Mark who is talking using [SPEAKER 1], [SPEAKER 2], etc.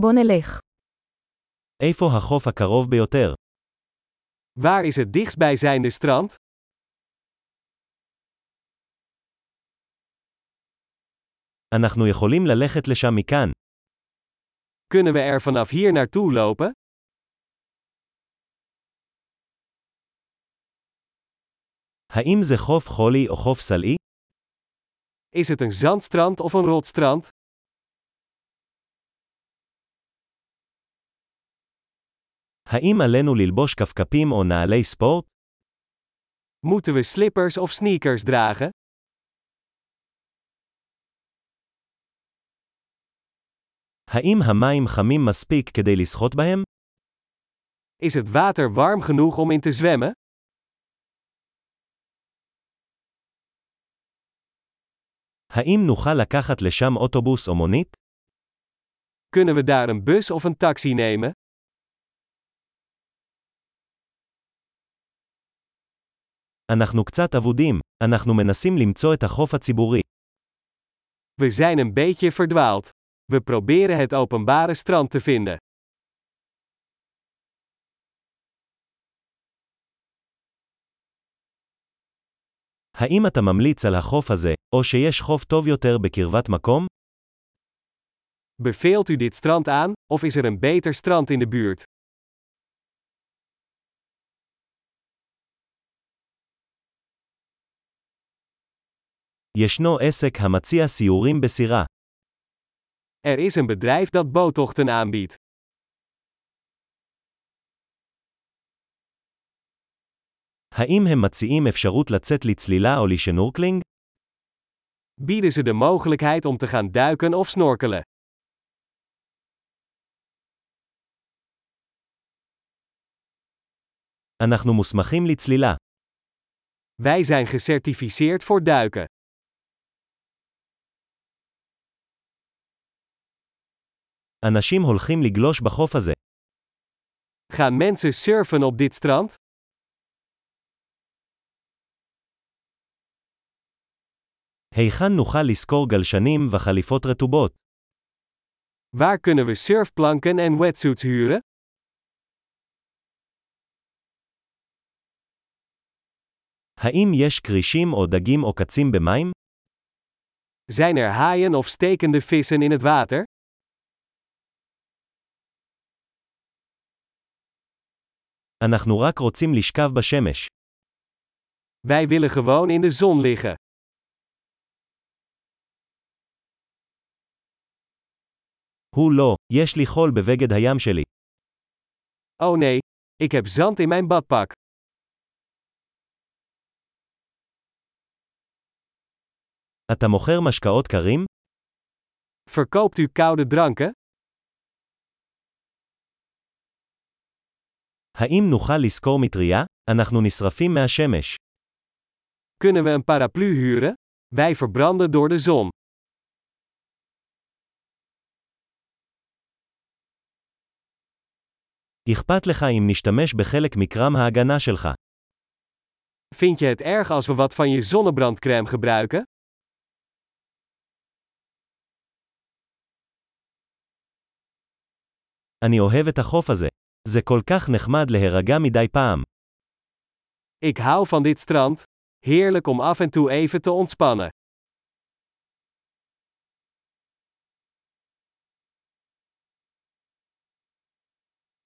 [SPEAKER 1] בוא נלך.
[SPEAKER 2] איפה החוף הקרוב ביותר?
[SPEAKER 3] Waar is het dichtstbijzijnde strand?
[SPEAKER 2] אנחנו יכולים ללכת לשם מכאן.
[SPEAKER 3] Kunnen we er vanaf hier naartoe lopen?
[SPEAKER 2] האם זה חוף חולי או חוף סלעי?
[SPEAKER 3] Is het een zandstrand of een rotstrand?
[SPEAKER 2] האם עלינו ללבוש כפכפים או נעלי ספורט?
[SPEAKER 3] Moeten we slippers of sneakers dragen?
[SPEAKER 2] האם המים חמים מספיק כדי לשחות בהם?
[SPEAKER 3] Is het water warm genoeg om in te zwemmen?
[SPEAKER 2] האם נוכל לקחת לשם אוטובוס או מונית?
[SPEAKER 3] Kunnen we daar een bus of een taxi nemen?
[SPEAKER 2] אנחנו קצת אבודים, אנחנו מנסים למצוא את החוף הציבורי.
[SPEAKER 3] We zijn een beetje verdwaald. We proberen het openbare strand te vinden.
[SPEAKER 2] האם אתה ממליץ על החוף הזה, או שיש חוף טוב יותר בקרבת מקום?
[SPEAKER 3] Beveelt u dit strand aan, of is er een beter strand in de buurt?
[SPEAKER 2] ישנו עסק המציע סיורים בסירה.
[SPEAKER 3] Er is een bedrijf dat boottochten aanbiedt.
[SPEAKER 2] האם הם מציעים אפשרות לצאת לצלילה או לשנורקלינג?
[SPEAKER 3] Bieden ze de mogelijkheid om te gaan duiken of snorkelen?
[SPEAKER 2] אנחנו מוסמכים לצלילה.
[SPEAKER 3] Wij zijn gecertificeerd voor duiken.
[SPEAKER 2] אנשים הולכים לגלוש בחוף הזה.
[SPEAKER 3] Gaan mensen surfen op dit strand?
[SPEAKER 2] היכן נוכל לשכור גלשנים וחליפות רטובות?
[SPEAKER 3] Waar kunnen we surfplanken en wetsuits huren?
[SPEAKER 2] האם יש כרישים או דגים או קצים במים?
[SPEAKER 3] Zijn er haaien of stekende vissen in het water?
[SPEAKER 2] אנחנו רק רוצים לשכב בשמש.
[SPEAKER 3] Wij willen gewoon in de zon liggen.
[SPEAKER 2] הוא לא, יש לי חול בבגד הים שלי.
[SPEAKER 3] Oh nee, ik heb zand in mijn badpak.
[SPEAKER 2] אתה מוכר משקאות קרים?
[SPEAKER 3] Verkoopt u koude dranken?
[SPEAKER 2] האם נוכל לשכור מטריה? אנחנו נשרפים מהשמש.
[SPEAKER 3] Kunnen we een paraplu huren? Wij verbranden door de zon.
[SPEAKER 2] אכפת לך אם נשתמש בחלק מקרם ההגנה שלך.
[SPEAKER 3] Vind je het erg als we wat van je zonnebrandcrème gebruiken?
[SPEAKER 2] אני אוהב את החוף הזה. זה כל כך נחמד להירגע מדי פעם.
[SPEAKER 3] Ik hou van dit strand. Heerlijk om af en toe even te ontspannen.